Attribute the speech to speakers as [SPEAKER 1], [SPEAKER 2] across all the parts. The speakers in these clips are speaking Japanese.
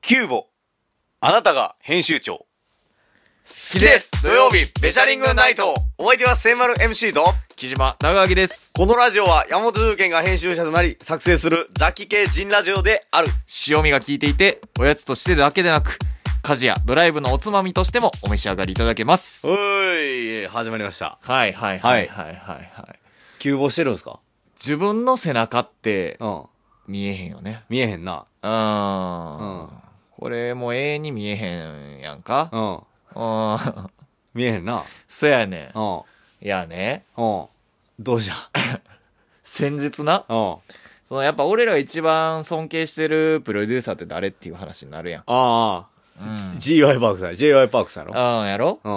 [SPEAKER 1] キューボ。あなたが編集長。
[SPEAKER 2] 好きです土曜日ベシャリングナイト
[SPEAKER 1] お相手は千丸 MC と、
[SPEAKER 2] 木島長明です
[SPEAKER 1] このラジオは山本重建が編集者となり作成する雑記系人ラジオである。
[SPEAKER 2] 塩味が効いていておやつとしてだけでなく家事やドライブのおつまみとしてもお召し上がりいただけます
[SPEAKER 1] おーい、始まりました。
[SPEAKER 2] はいはいはいはいはいはい
[SPEAKER 1] キューボしてるんですか
[SPEAKER 2] 自分の背中って
[SPEAKER 1] うん。
[SPEAKER 2] 見えへんよね
[SPEAKER 1] 見えへんな。
[SPEAKER 2] う
[SPEAKER 1] うん
[SPEAKER 2] んこれもう永遠に見えへんやんか
[SPEAKER 1] うん。
[SPEAKER 2] うん
[SPEAKER 1] 見えへんな。
[SPEAKER 2] そやね
[SPEAKER 1] うん。うん
[SPEAKER 2] んいやね。
[SPEAKER 1] どうした
[SPEAKER 2] 先日な
[SPEAKER 1] うん。
[SPEAKER 2] そのやっぱ俺らが一番尊敬してるプロデューサーって誰っていう話になるやん
[SPEAKER 1] あ
[SPEAKER 2] う
[SPEAKER 1] あ、
[SPEAKER 2] ん
[SPEAKER 1] GY パークさん、GY パークさんやろ
[SPEAKER 2] うんやろ
[SPEAKER 1] う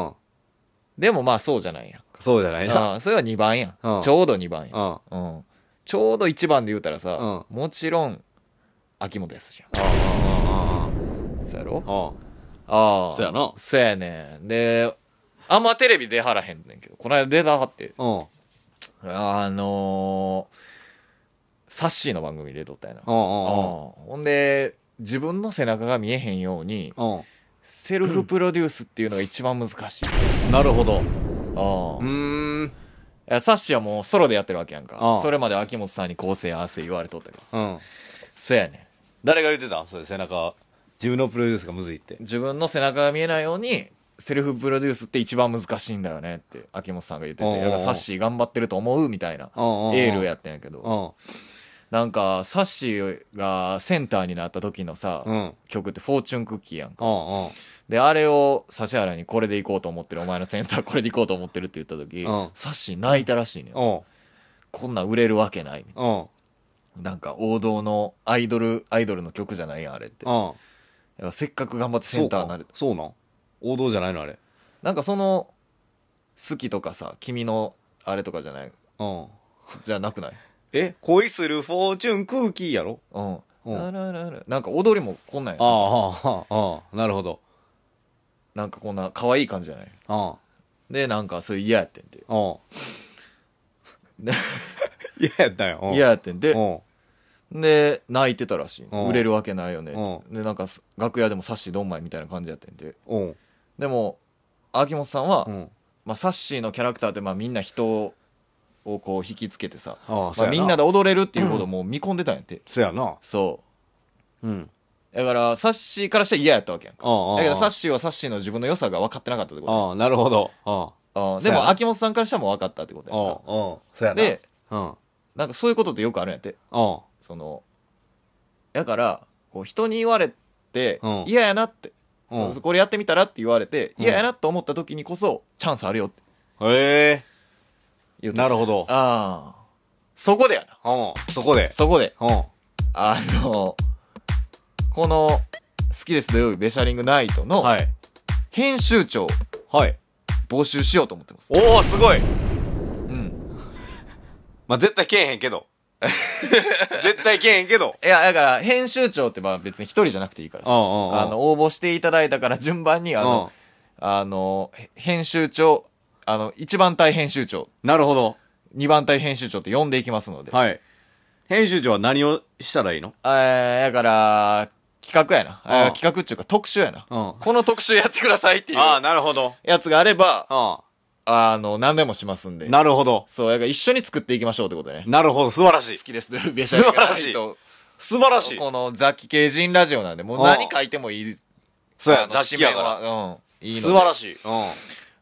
[SPEAKER 1] ん。
[SPEAKER 2] でもまあそうじゃないやん
[SPEAKER 1] そうじゃないな。
[SPEAKER 2] ああそれは2番や
[SPEAKER 1] うん
[SPEAKER 2] ん。ちょうど2番
[SPEAKER 1] う
[SPEAKER 2] や
[SPEAKER 1] ん。
[SPEAKER 2] ん。うん。ちょうど1番で言うたらさ、もちろん、秋元康じゃ
[SPEAKER 1] うん。
[SPEAKER 2] ん。そうやろ
[SPEAKER 1] うん。
[SPEAKER 2] ああ。
[SPEAKER 1] そうやな
[SPEAKER 2] そうやねん。で、あんまテレビ出はらへんねんけど、この間出たはって、
[SPEAKER 1] うん。
[SPEAKER 2] あのー、サッシーの番組で撮ったやな。ああ
[SPEAKER 1] うん。
[SPEAKER 2] ほんで、自分の背中が見えへんように、
[SPEAKER 1] うん。
[SPEAKER 2] セルフプロデュースっていうのが一番難しい。
[SPEAKER 1] うん。なるほど。
[SPEAKER 2] あ
[SPEAKER 1] う
[SPEAKER 2] あ。
[SPEAKER 1] ーん。
[SPEAKER 2] いやサッシーはもうソロでやってるわけやん
[SPEAKER 1] あ
[SPEAKER 2] か
[SPEAKER 1] あ。
[SPEAKER 2] それまで秋元さんに構成合わせ言われとったから。
[SPEAKER 1] うん。
[SPEAKER 2] そうやね
[SPEAKER 1] 誰が言ってたそれ背中自分のプロデュースがむずいって
[SPEAKER 2] 自分の背中が見えないようにセルフプロデュースって一番難しいんだよねって秋元さんが言って
[SPEAKER 1] おうおう
[SPEAKER 2] てだからサッシー頑張ってると思うみたいなエ
[SPEAKER 1] エ
[SPEAKER 2] ールやってんやけ
[SPEAKER 1] う
[SPEAKER 2] ど
[SPEAKER 1] ん
[SPEAKER 2] なんかサッシーがセンターになった時のさ
[SPEAKER 1] うんうん
[SPEAKER 2] 曲って「フォーチュンクッキー」やんか
[SPEAKER 1] うん
[SPEAKER 2] であれを指原に「これで行こうと思ってるお前のセン ターこれで行こうと思ってる」って言った時
[SPEAKER 1] うん
[SPEAKER 2] サッシー泣いたらしいね
[SPEAKER 1] うんん
[SPEAKER 2] こんなん売れるわけないみたい
[SPEAKER 1] うん
[SPEAKER 2] ななんか王道のアイドルアイドルの曲じゃないやんあれってだか
[SPEAKER 1] うん
[SPEAKER 2] らせっかく頑張ってセンターになる
[SPEAKER 1] そうかそうなん王道じゃないのあれ
[SPEAKER 2] なんかその好きとかさ君のあれとかじゃない
[SPEAKER 1] うん
[SPEAKER 2] じゃなくない
[SPEAKER 1] え恋するフォーチュン空気やろ
[SPEAKER 2] うん
[SPEAKER 1] うん
[SPEAKER 2] ララララなんか踊りもこんなんやな
[SPEAKER 1] ああああああなるほど
[SPEAKER 2] なんかこんな可愛い感じじゃない
[SPEAKER 1] うん
[SPEAKER 2] でなんかそれ嫌やってんて
[SPEAKER 1] うん
[SPEAKER 2] で
[SPEAKER 1] 嫌やったようん
[SPEAKER 2] 嫌やってん
[SPEAKER 1] う
[SPEAKER 2] で
[SPEAKER 1] ん
[SPEAKER 2] で泣いてたらしい
[SPEAKER 1] うん
[SPEAKER 2] 売れるわけないよね
[SPEAKER 1] う
[SPEAKER 2] でなんかす楽屋でもサッシードンマイみたいな感じやってんて
[SPEAKER 1] うん
[SPEAKER 2] でも秋元さんは、
[SPEAKER 1] うん
[SPEAKER 2] まあ、サッシーのキャラクターってまあみんな人をこう引きつけてさ、
[SPEAKER 1] ああ
[SPEAKER 2] まあ、みんな
[SPEAKER 1] だ
[SPEAKER 2] で踊れるっていうことをもう見込んでたんやって、
[SPEAKER 1] そやな
[SPEAKER 2] そ
[SPEAKER 1] うん
[SPEAKER 2] うだからサッシーからしたら嫌やったわけやんか
[SPEAKER 1] うんうん
[SPEAKER 2] だけどサッシーはサッシーの自分の良さが分かってなかったってこ
[SPEAKER 1] ああなるほどう
[SPEAKER 2] とうん
[SPEAKER 1] そう
[SPEAKER 2] で
[SPEAKER 1] やな
[SPEAKER 2] も秋元さんからしたらもう分かったってこ
[SPEAKER 1] ん
[SPEAKER 2] と
[SPEAKER 1] うん
[SPEAKER 2] や
[SPEAKER 1] うんそやな
[SPEAKER 2] んかで
[SPEAKER 1] うん
[SPEAKER 2] なんかそういうことってよくあるんやって
[SPEAKER 1] うん
[SPEAKER 2] そのだからこう人に言われて
[SPEAKER 1] うん
[SPEAKER 2] 嫌やなって、
[SPEAKER 1] うん
[SPEAKER 2] そうそうこれやってみたらって言われて
[SPEAKER 1] うん
[SPEAKER 2] 嫌やなと思った時にこそチャンスあるよって
[SPEAKER 1] へえ
[SPEAKER 2] 言うて
[SPEAKER 1] なるほど。
[SPEAKER 2] ああそこでやな
[SPEAKER 1] うん。そこで。
[SPEAKER 2] そこで
[SPEAKER 1] うん。
[SPEAKER 2] あのこの「好きです土曜日ベシャリングナイト」の
[SPEAKER 1] い。
[SPEAKER 2] 編集長を
[SPEAKER 1] はい。
[SPEAKER 2] 募集しようと思ってます、
[SPEAKER 1] おおすごい
[SPEAKER 2] うん
[SPEAKER 1] まあ、絶対けえへんけ ど。絶対けえへんけど。
[SPEAKER 2] いや、だから、編集長ってまあ別に一人じゃなくていいから
[SPEAKER 1] うんう
[SPEAKER 2] さ。
[SPEAKER 1] んうん。
[SPEAKER 2] あの、応募していただいたから順番に、あの、あの、へ編集長、あの、一番隊編集
[SPEAKER 1] う
[SPEAKER 2] 長、
[SPEAKER 1] ん。なるほど。
[SPEAKER 2] 二番隊編集長って呼んでいきますので。
[SPEAKER 1] はい。編集長は何をしたらいいの
[SPEAKER 2] えー、だから、企画やな。え
[SPEAKER 1] うん
[SPEAKER 2] ー企画っていうか特集やな。
[SPEAKER 1] うん
[SPEAKER 2] この特集やってくださいっていう
[SPEAKER 1] ああ、なるほど。
[SPEAKER 2] やつがあれば、
[SPEAKER 1] う
[SPEAKER 2] あの、何でもしますんで
[SPEAKER 1] ん。。なるほど。
[SPEAKER 2] そう、だから一緒に作っていきましょうってことね。
[SPEAKER 1] なるほど。素晴らしい
[SPEAKER 2] 好。きです。ベ
[SPEAKER 1] 素晴らしい
[SPEAKER 2] と
[SPEAKER 1] 素晴らしい。
[SPEAKER 2] この雑記系人ラジオなんで、もう
[SPEAKER 1] う
[SPEAKER 2] 何
[SPEAKER 1] ん
[SPEAKER 2] 書いてもいい。
[SPEAKER 1] そうや
[SPEAKER 2] あ、の
[SPEAKER 1] 雑誌やから。
[SPEAKER 2] 紙面はうん。いいの
[SPEAKER 1] 素
[SPEAKER 2] で
[SPEAKER 1] 晴らしい。うん。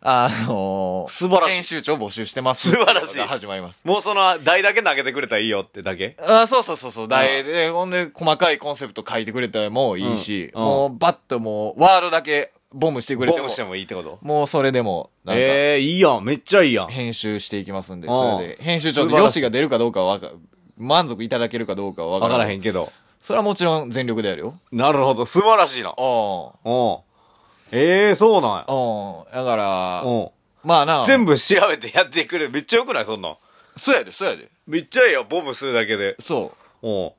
[SPEAKER 2] あのー、
[SPEAKER 1] 素晴らしい
[SPEAKER 2] 編集長募集してます。
[SPEAKER 1] 素晴らしい
[SPEAKER 2] とうことが始まります。
[SPEAKER 1] もうその台だけ投げてくれたらいいよってだけ
[SPEAKER 2] あそうそうそうそう。題で、ほんで、細かいコンセプト書いてくれたらもういいし、
[SPEAKER 1] うんうん
[SPEAKER 2] もう、バッともう、ワードだけ、ボムしてくれ
[SPEAKER 1] ボ
[SPEAKER 2] ても
[SPEAKER 1] ム、してもいいってこと
[SPEAKER 2] もうそれでも、なんか、
[SPEAKER 1] ええ、いいやん。めっちゃいいやん。
[SPEAKER 2] 編集していきますんで、
[SPEAKER 1] うん
[SPEAKER 2] それで、編集長の良しが出るかどうかはわか、満足いただけるかどうかは
[SPEAKER 1] わ
[SPEAKER 2] 分
[SPEAKER 1] か
[SPEAKER 2] からら
[SPEAKER 1] へ
[SPEAKER 2] へん。
[SPEAKER 1] んけど。
[SPEAKER 2] それはもちろん全力でやるよ。
[SPEAKER 1] なるほど。素晴らしいな。
[SPEAKER 2] あ
[SPEAKER 1] うん。ええそうなんや
[SPEAKER 2] あ。。うん。だから、
[SPEAKER 1] うん。
[SPEAKER 2] まあな、
[SPEAKER 1] 全
[SPEAKER 2] 部。
[SPEAKER 1] 部調べてやってくれる。めっちゃよくないそんなん。
[SPEAKER 2] そうやで、そうやで。
[SPEAKER 1] めっちゃええよ、ボムするだけで。
[SPEAKER 2] そ
[SPEAKER 1] うん。
[SPEAKER 2] う。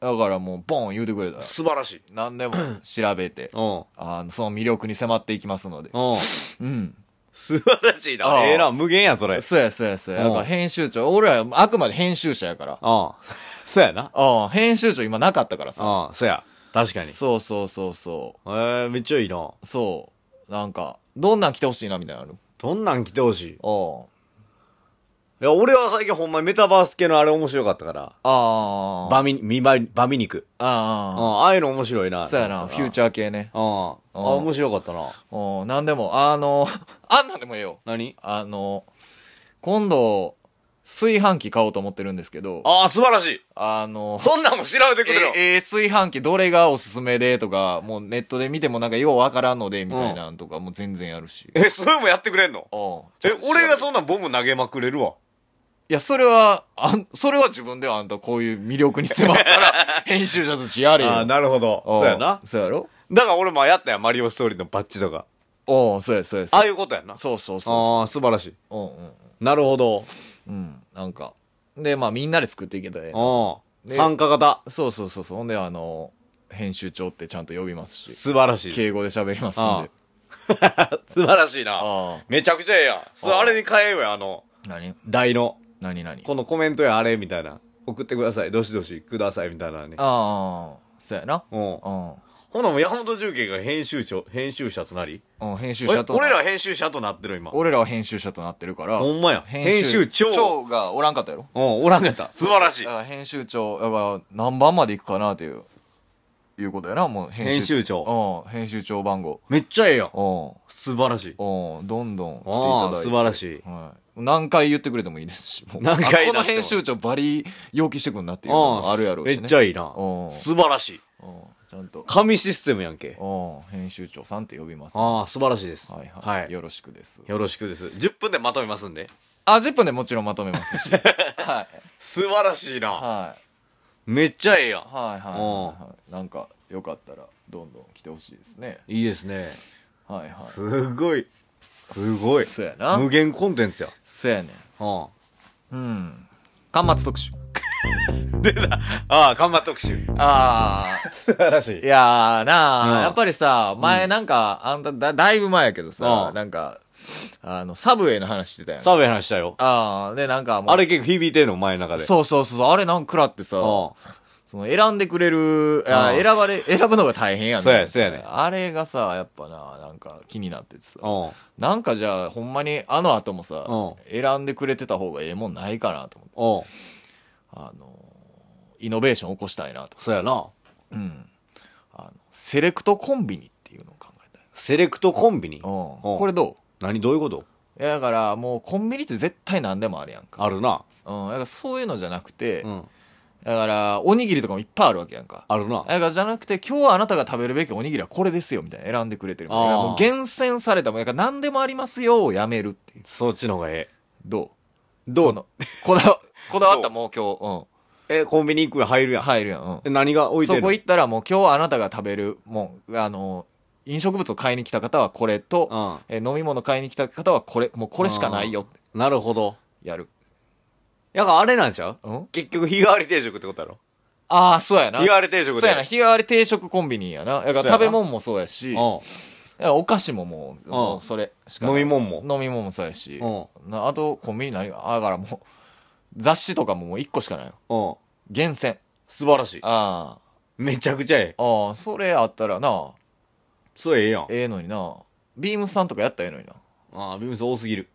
[SPEAKER 2] だからもう、ボン言うてくれたら、
[SPEAKER 1] 素晴らしい。
[SPEAKER 2] 何でも調べて。
[SPEAKER 1] うん。うん。
[SPEAKER 2] あの、その魅力に迫っていきますので。うん。
[SPEAKER 1] 素晴らしい
[SPEAKER 2] あ
[SPEAKER 1] な。
[SPEAKER 2] あ
[SPEAKER 1] ええな、無限やん、それ。うん。
[SPEAKER 2] そうやそうやそうや。
[SPEAKER 1] うん
[SPEAKER 2] やっぱ編集長、俺らあくまで編集者やから。
[SPEAKER 1] そうやな。
[SPEAKER 2] ああ、編集長今なかったからさ。
[SPEAKER 1] うん、そうや。確かに。
[SPEAKER 2] そうそうそうそ
[SPEAKER 1] えー、めっちゃいいな。
[SPEAKER 2] う。そう。なんか、どんなん来てほしいなみたいなのある
[SPEAKER 1] どんなん来てほしい。い
[SPEAKER 2] あ
[SPEAKER 1] や、俺は最近ほんまにメタバース系のあれ面白かったから。
[SPEAKER 2] あ。あ
[SPEAKER 1] バミ、ミバ、バミ肉。
[SPEAKER 2] あ。
[SPEAKER 1] う
[SPEAKER 2] あ
[SPEAKER 1] ん、ああいうの面白い
[SPEAKER 2] あ。
[SPEAKER 1] な。
[SPEAKER 2] そうやな、フューチャー系ね。
[SPEAKER 1] ャー。うん。あ、面白かったな。
[SPEAKER 2] うん、なんでも、あの、 あんなんでもええよ。
[SPEAKER 1] 何
[SPEAKER 2] あの、今度、炊飯器買おうと思ってるんですけど、
[SPEAKER 1] ああ、素晴らしい。
[SPEAKER 2] あの、
[SPEAKER 1] そんなんも調べてくれよ。
[SPEAKER 2] ええー炊飯器どれがおすすめでとか、もうネットで見てもなんかようわからんので、みたいなんとか、もう全然やるし。
[SPEAKER 1] え、そういうのもやってくれんの
[SPEAKER 2] ああ
[SPEAKER 1] え、俺がそんなんボム投げまくれるわ。
[SPEAKER 2] いや、それは、あん、それは自分であんたこういう魅力に迫った ら、編集者たちやれよ。
[SPEAKER 1] ああ、なるほど。
[SPEAKER 2] お
[SPEAKER 1] そうやな。
[SPEAKER 2] そうやろ
[SPEAKER 1] だから俺もやったやん、マリオストーリーのバッチとか。
[SPEAKER 2] おうそうや、そうや、そ
[SPEAKER 1] あ
[SPEAKER 2] う
[SPEAKER 1] あ
[SPEAKER 2] や。
[SPEAKER 1] いうことやんな。
[SPEAKER 2] そうそうそ
[SPEAKER 1] ああ、素晴らしい。
[SPEAKER 2] うそう。うんうん
[SPEAKER 1] なるほど。
[SPEAKER 2] うん。うん、なんか。で、まあみんなで作っていけたらええな
[SPEAKER 1] うん。
[SPEAKER 2] で
[SPEAKER 1] 参加型。
[SPEAKER 2] そうそうそうそう。ほんで、あの、編集長ってちゃんと呼びますし、
[SPEAKER 1] 素晴らしいです。
[SPEAKER 2] 敬語で喋りますん
[SPEAKER 1] あ
[SPEAKER 2] で。
[SPEAKER 1] 素晴らしいな。
[SPEAKER 2] ああ。
[SPEAKER 1] めちゃくちゃええやん。そう
[SPEAKER 2] ああ
[SPEAKER 1] あれに変えようや、あの、
[SPEAKER 2] 何
[SPEAKER 1] 台の。
[SPEAKER 2] 何何
[SPEAKER 1] このコメントやあれみたいな。送ってください。どしどしください。みたいなのに。
[SPEAKER 2] ああ、そうやな。
[SPEAKER 1] うん。
[SPEAKER 2] うん。
[SPEAKER 1] ほなもう山本重慶が編集長、編集者となり
[SPEAKER 2] うん、編集者と。
[SPEAKER 1] え俺ら編集者となってる今。
[SPEAKER 2] 俺らは編集者となってるから。
[SPEAKER 1] ほんまや編集長
[SPEAKER 2] 長がおらんかったやろ。
[SPEAKER 1] うん、おらんかった。素晴らしい
[SPEAKER 2] だか。ら編集長、やっぱ何番までいくかなっていう、いうことやな、もう編
[SPEAKER 1] 編集長。
[SPEAKER 2] うん、編集長番号。
[SPEAKER 1] めっちゃええやん。
[SPEAKER 2] う
[SPEAKER 1] 素晴らしい。
[SPEAKER 2] ん、うん、どんどん来てい
[SPEAKER 1] あ
[SPEAKER 2] ただい
[SPEAKER 1] あ
[SPEAKER 2] て。
[SPEAKER 1] 素晴らしい。
[SPEAKER 2] はい。何回言ってくれてもいいですし。もう
[SPEAKER 1] 何回だって
[SPEAKER 2] あ
[SPEAKER 1] も
[SPEAKER 2] この編集長バリ要求してくんなっていうの
[SPEAKER 1] あ
[SPEAKER 2] もあるやろうし、ね。
[SPEAKER 1] めっちゃいいな
[SPEAKER 2] うん。
[SPEAKER 1] 素晴らしい。
[SPEAKER 2] うん、ちゃんと。
[SPEAKER 1] 神システムやんけ。
[SPEAKER 2] うん、編集長さんって呼びます。は
[SPEAKER 1] ああ、素晴らしいです。
[SPEAKER 2] いはい、
[SPEAKER 1] はい。
[SPEAKER 2] よろしくです。
[SPEAKER 1] よろしくです。10分でまとめますんで。
[SPEAKER 2] あ、10分でもちろんまとめま すし。はい。
[SPEAKER 1] 素晴らしいな。
[SPEAKER 2] はい。
[SPEAKER 1] めっちゃええやん。
[SPEAKER 2] はいはいはいはいなんかよかったらどんどん来てほしいですね
[SPEAKER 1] いいですね。
[SPEAKER 2] はいは
[SPEAKER 1] すごい。すごい。
[SPEAKER 2] そうやな
[SPEAKER 1] 無限コンテンツや。
[SPEAKER 2] いそうやね
[SPEAKER 1] うん。
[SPEAKER 2] うん巻末特集
[SPEAKER 1] ああ、看板特集。
[SPEAKER 2] ああ
[SPEAKER 1] 素晴らしい
[SPEAKER 2] い。やーな
[SPEAKER 1] う
[SPEAKER 2] あ
[SPEAKER 1] ん
[SPEAKER 2] やっぱりさ前なんか、あんただだいぶ前やけどさ、
[SPEAKER 1] うん
[SPEAKER 2] なんかあのサブウェイの話してたやん
[SPEAKER 1] サーベイ話したよ。
[SPEAKER 2] ああでなんかもう
[SPEAKER 1] あれ結構響いてんの、お前の中で。
[SPEAKER 2] そうそうそうあれなんか食らってさ、
[SPEAKER 1] う
[SPEAKER 2] その選んでくれる、あ
[SPEAKER 1] うん
[SPEAKER 2] 選ばれ 選ぶのが大変やね
[SPEAKER 1] そうやそうやね
[SPEAKER 2] あれがさやっぱななんか気になっててさ
[SPEAKER 1] ん。うん。
[SPEAKER 2] なんかじゃあ、ほんまにあの後もさ、
[SPEAKER 1] う
[SPEAKER 2] 選んでくれてた方がええもんないかなと思って、
[SPEAKER 1] うん。
[SPEAKER 2] あのーイノベーション起こしたいなと。
[SPEAKER 1] そうやな。
[SPEAKER 2] うん。あの、セレクトコンビニっていうのを考えたい。
[SPEAKER 1] セレクトコンビニ
[SPEAKER 2] うん。
[SPEAKER 1] うん
[SPEAKER 2] これど
[SPEAKER 1] 何どういうこと
[SPEAKER 2] ういや、だからもうコンビニって絶対何でもあるやんか。
[SPEAKER 1] あるな。
[SPEAKER 2] うん。だからそういうのじゃなくて、
[SPEAKER 1] うん。
[SPEAKER 2] だから、おにぎりとかもいっぱいあるわけやんか。
[SPEAKER 1] あるな。
[SPEAKER 2] だからじゃなくて、今日はあなたが食べるべきおにぎりはこれですよ、みたいな選んでくれてるみたいな。
[SPEAKER 1] あー
[SPEAKER 2] もう厳選されたもんやから何でもありますよ、をやめるっていう。
[SPEAKER 1] そっちの方がええ。
[SPEAKER 2] どう
[SPEAKER 1] どう
[SPEAKER 2] そのこだわ、こだわったもう今日、
[SPEAKER 1] え、コンビニ行く入る
[SPEAKER 2] うん。
[SPEAKER 1] やん。
[SPEAKER 2] 入るやん。うん
[SPEAKER 1] え何が置いて
[SPEAKER 2] そ
[SPEAKER 1] るの
[SPEAKER 2] こ行ったらもう今日あなたが食べるもん、あの、飲食物を買いに来た方はこれと、え飲み物買いに来た方はこれ、もうこれしかないよって
[SPEAKER 1] うん。なるほど。
[SPEAKER 2] やる。
[SPEAKER 1] やからあれなんちゃう
[SPEAKER 2] うん
[SPEAKER 1] 結局日替わり定食ってことやろ
[SPEAKER 2] ああ、そうやな。
[SPEAKER 1] 日替わり定食で
[SPEAKER 2] そうやな。日替わり定食コンビニやな。だ
[SPEAKER 1] そ
[SPEAKER 2] か
[SPEAKER 1] う
[SPEAKER 2] ら
[SPEAKER 1] やな
[SPEAKER 2] 食べ物もそうやし、
[SPEAKER 1] う
[SPEAKER 2] お菓子ももう、もうそれしかない
[SPEAKER 1] 飲み物も
[SPEAKER 2] 飲み物もそうやし、
[SPEAKER 1] う
[SPEAKER 2] なあとコンビニ何が、あだからもう、雑誌とかももう1個しかないよ。
[SPEAKER 1] ん。うん。
[SPEAKER 2] 厳選。
[SPEAKER 1] 素晴らしい。
[SPEAKER 2] あ
[SPEAKER 1] めちゃくちゃええ。
[SPEAKER 2] あ。ああ、それあったらな、
[SPEAKER 1] そうええやん。
[SPEAKER 2] ええのになビームスさんとかやったらええのにな
[SPEAKER 1] ああ、ビームス多すぎる。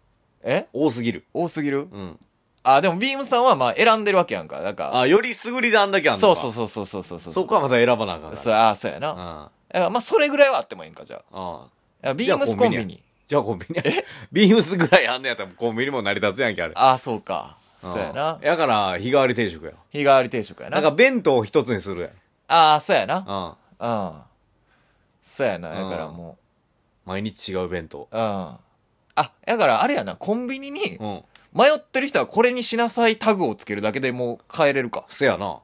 [SPEAKER 2] え
[SPEAKER 1] 多すぎる。
[SPEAKER 2] 多すぎる
[SPEAKER 1] うん。
[SPEAKER 2] あでもビームスさんはまあ選んでるわけやんかなんか
[SPEAKER 1] あより優りであんだけあんの
[SPEAKER 2] そうそ
[SPEAKER 1] そ
[SPEAKER 2] うそうそうそうそうそう
[SPEAKER 1] そこはまた選ばなあかん
[SPEAKER 2] そうあそうやな、だ
[SPEAKER 1] か
[SPEAKER 2] からまあそれぐらいはあってもええんかじゃ
[SPEAKER 1] ら。うん。うん。
[SPEAKER 2] あビームスコンビニ
[SPEAKER 1] じゃあコンビじゃあコンビニ。 ビームスぐらいあんねやったらコンビニも成り立つやんけ、あれ。
[SPEAKER 2] ああそうか
[SPEAKER 1] ん
[SPEAKER 2] そうやな
[SPEAKER 1] やから、日替わり定食や。
[SPEAKER 2] 日替わり定食や
[SPEAKER 1] な
[SPEAKER 2] なん
[SPEAKER 1] か弁当を一つにするやん。
[SPEAKER 2] ああそうやな
[SPEAKER 1] うん。
[SPEAKER 2] うんそうやな
[SPEAKER 1] う
[SPEAKER 2] だ
[SPEAKER 1] ん
[SPEAKER 2] からも
[SPEAKER 1] 毎日違う弁当。
[SPEAKER 2] ううんあだからあれやなコンビニに
[SPEAKER 1] うん。
[SPEAKER 2] 迷ってる人はこれにしなさいタグをつけるだけでもう変えれるか
[SPEAKER 1] せやな。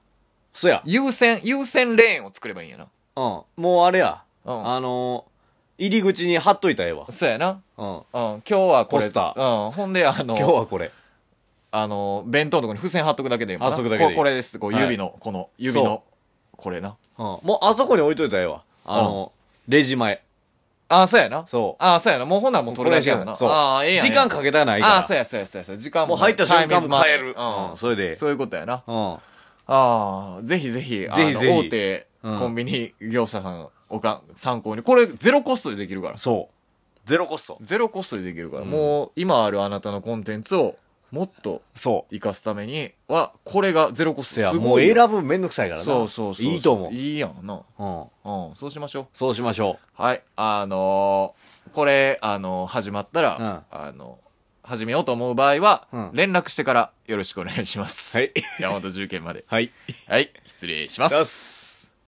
[SPEAKER 1] せや。
[SPEAKER 2] 優先優先レーンを作ればいいんやな
[SPEAKER 1] うん。もうあれや。
[SPEAKER 2] うん
[SPEAKER 1] あのー、入り口に貼っといたらええわ。
[SPEAKER 2] そうやな
[SPEAKER 1] うん。
[SPEAKER 2] うん、今日はこれ。
[SPEAKER 1] ポスタ
[SPEAKER 2] うん、ほんで、あの、
[SPEAKER 1] 今日はこれ。
[SPEAKER 2] あの、弁当のとこに付箋貼っとくだけでいいもんな
[SPEAKER 1] 貼っとくだけでいい
[SPEAKER 2] ここれです。こう、
[SPEAKER 1] はい
[SPEAKER 2] 指の、この、指の、これな。
[SPEAKER 1] うん。もうあそこに置いといたらええわ。あのー、レジ前。
[SPEAKER 2] あ、そうやな。
[SPEAKER 1] そう
[SPEAKER 2] あ、そうやな。もうほんならもう取り出しやもんな。
[SPEAKER 1] そう。
[SPEAKER 2] あーええやん。
[SPEAKER 1] 時間かけたらないから。
[SPEAKER 2] あー、そうや、そうや、そうやそうや。時間
[SPEAKER 1] もう入った瞬間も
[SPEAKER 2] タイ
[SPEAKER 1] 変え
[SPEAKER 2] ム
[SPEAKER 1] る
[SPEAKER 2] ズマネーうん。
[SPEAKER 1] うんそれで
[SPEAKER 2] そういうことやな。
[SPEAKER 1] うん。
[SPEAKER 2] ああ、ぜひぜひ、あの
[SPEAKER 1] ぜひぜひ
[SPEAKER 2] 大手、
[SPEAKER 1] うん
[SPEAKER 2] コンビニ業者さんおか参考にこれゼロコストでできるから
[SPEAKER 1] そうゼロコスト
[SPEAKER 2] ゼロコストでできるから、
[SPEAKER 1] うん
[SPEAKER 2] もう今あるあなたのコンテンツをもっと
[SPEAKER 1] そ
[SPEAKER 2] 生かすためにはこれがゼロコス
[SPEAKER 1] うせ
[SPEAKER 2] ト
[SPEAKER 1] や
[SPEAKER 2] す
[SPEAKER 1] もう
[SPEAKER 2] ごい
[SPEAKER 1] 選
[SPEAKER 2] よ
[SPEAKER 1] ぶんめんどくさいからな
[SPEAKER 2] そうそうそうい
[SPEAKER 1] いと思う
[SPEAKER 2] いいやんな
[SPEAKER 1] うん
[SPEAKER 2] うんそうしましょう
[SPEAKER 1] そうしましょ
[SPEAKER 2] はい、あのーこれ、あのー始まったら、あの始めようと思う場合は、
[SPEAKER 1] うん
[SPEAKER 2] 連絡してからよろしくお願いします。
[SPEAKER 1] はい。
[SPEAKER 2] 山本重建まで。
[SPEAKER 1] うはい
[SPEAKER 2] はい、失礼します。
[SPEAKER 1] ます